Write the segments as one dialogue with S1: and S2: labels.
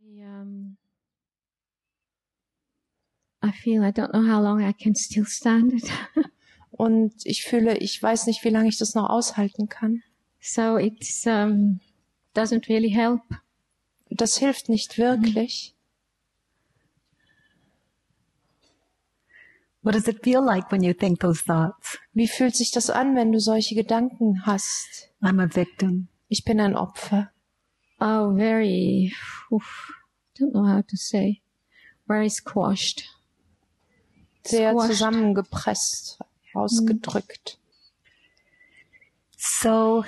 S1: um, I feel I don't know how long I can still stand it.
S2: Und ich fühle, ich weiß nicht, wie lange ich das noch aushalten kann.
S1: so it's um, doesn't really help.
S2: Das hilft nicht wirklich.
S3: What does it feel like when you think those thoughts?
S2: Wie fühlt sich das an, wenn du solche Gedanken hast?
S3: I'm a victim.
S2: Ich bin ein Opfer.
S1: Oh, very, oof, don't know how to say, very squashed.
S2: Sehr
S1: Squashed.
S2: zusammengepresst, ausgedrückt.
S3: So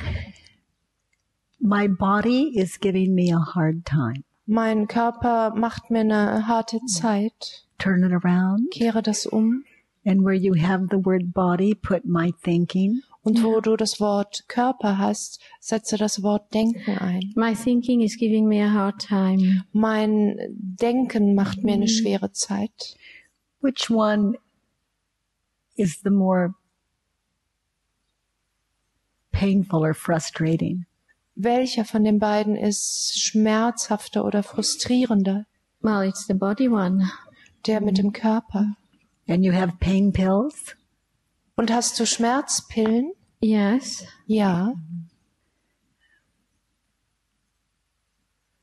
S3: my body is giving me a hard time.
S2: Mein Körper macht mir eine harte Zeit.
S3: Turn it around.
S2: Kehre das um.
S3: And where you have the word body, put my thinking.
S2: Und wo du das Wort Körper hast, setze das Wort Denken ein.
S1: My thinking is giving me a hard time.
S2: Mein Denken macht mir eine schwere Zeit.
S3: Which one is the more painful or frustrating?
S2: Welcher von den beiden ist schmerzhafter oder frustrierender?
S1: Well, it's the body one.
S2: Der mit dem Körper.
S3: And you have pain pills?
S2: Und hast du Schmerzpillen?
S1: Yes,
S2: Ja.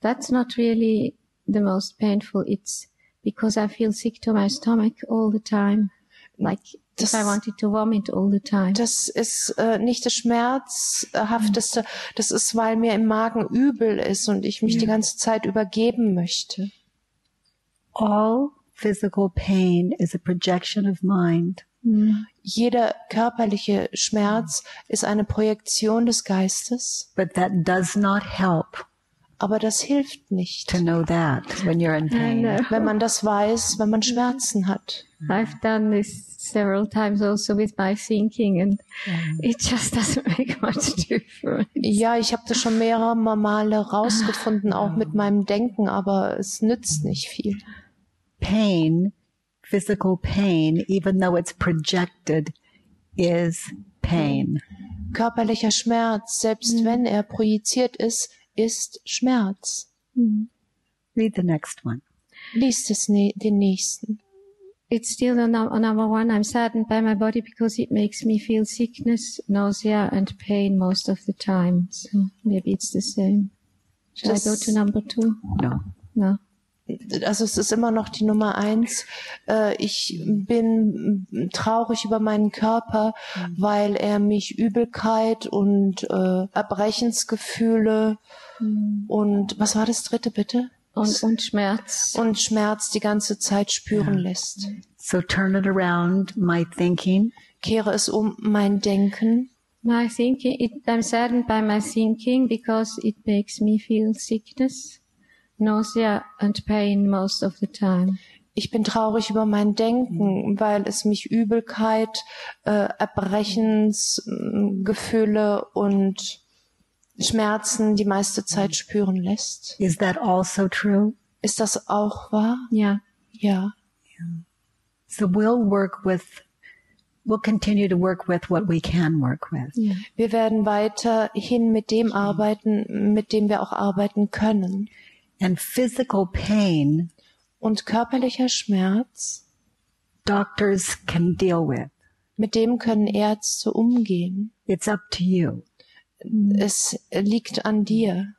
S1: that's not really the most painful. It's because I feel sick to my stomach all the time. Like if I
S2: Das-
S1: wanted to vomit all the time.
S2: Das ist äh, nicht das Schmerzhafteste. Das ist, weil mir im Magen übel ist und ich mich die ganze Zeit übergeben möchte.
S3: All physical pain is a projection of mind.
S2: Jeder körperliche Schmerz ist eine Projektion des Geistes,
S3: But that does not help
S2: aber das hilft nicht,
S3: to know that when you're in
S1: I
S3: pain.
S1: know.
S2: wenn man das weiß, wenn man Schmerzen hat.
S1: I've done this several times also with my thinking and it just doesn't make much difference.
S2: Ja, ich habe das schon mehrere Male rausgefunden, auch mit meinem Denken, aber es nützt nicht viel.
S3: Pain, physical pain, even though it's projected, is pain.
S2: Körperlicher Schmerz, selbst wenn er projiziert ist, ist Schmerz.
S3: Read the next one.
S2: Lies es ne den nächsten.
S1: It's still the num- number one. I'm saddened by my body because it makes me feel sickness, nausea and pain most of the time. So maybe it's the same. Should I go
S2: Das-
S1: to number two?
S3: No.
S1: No.
S2: Also es ist immer noch die Nummer eins. Äh, Ich bin mm, traurig über meinen Körper, weil er mich Übelkeit und äh, Erbrechensgefühle und was war das dritte bitte?
S1: Und, und Schmerz.
S2: Und Schmerz die ganze Zeit spüren lässt.
S3: So turn it around, my thinking.
S2: Kehre es um mein Denken.
S1: My thinking, it, I'm saddened by my thinking because it makes me feel sickness, nausea and pain most of the time.
S2: Ich bin traurig über mein Denken, weil es mich Übelkeit, äh, Erbrechensgefühle und Schmerzen die meiste Zeit spüren lässt.
S3: Is that also true?
S2: Ist das auch wahr?
S1: Yeah.
S2: Ja.
S3: So we'll work with, we'll continue to work with what we can work with.
S2: Wir werden weiterhin mit dem arbeiten, mit dem wir auch arbeiten können.
S3: And physical pain,
S2: Und körperlicher Schmerz,
S3: doctors can deal with.
S2: mit dem können Ärzte umgehen.
S3: It's up to you.
S2: Es liegt an dir.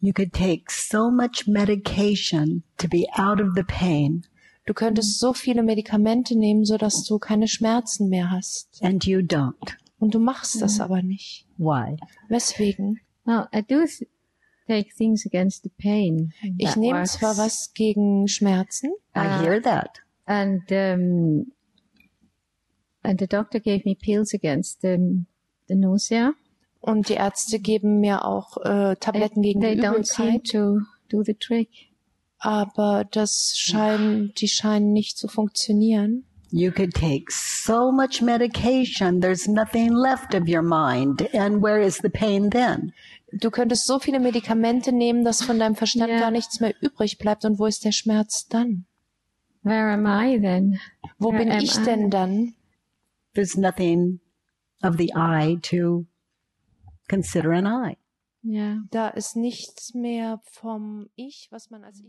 S3: You could take so much medication to be out of the pain,
S2: Du könntest so viele Medikamente nehmen, sodass du keine Schmerzen mehr hast.
S3: and you don't.
S2: Und du machst
S1: Mhm.
S2: das aber nicht.
S3: Why?
S2: Weswegen?
S1: Well, I do th- take things against the pain.
S2: Ich
S1: that
S2: nehme
S1: works.
S2: zwar was gegen Schmerzen
S3: I hear that.
S1: And um, and the doctor gave me pills against the, the nausea.
S2: und die Ärzte geben mir auch äh, Tabletten gegen
S1: they
S2: die
S1: don't seem
S2: Übelkeit,
S1: to do the trick.
S2: aber das scheinen, die scheinen nicht zu funktionieren.
S3: You could take so much medication, there's nothing left of your mind. And where is the pain then?
S2: Du könntest so viele Medikamente nehmen, dass von deinem Verstand
S1: Ja.
S2: gar nichts mehr übrig bleibt. Und wo ist der Schmerz dann?
S1: Where am I then?
S2: Wo
S1: Ja,
S2: bin
S1: ähm,
S2: ich denn dann?
S3: There's nothing of the eye to consider an eye.
S1: Yeah.
S2: Da ist nichts mehr vom Ich, was man als Ich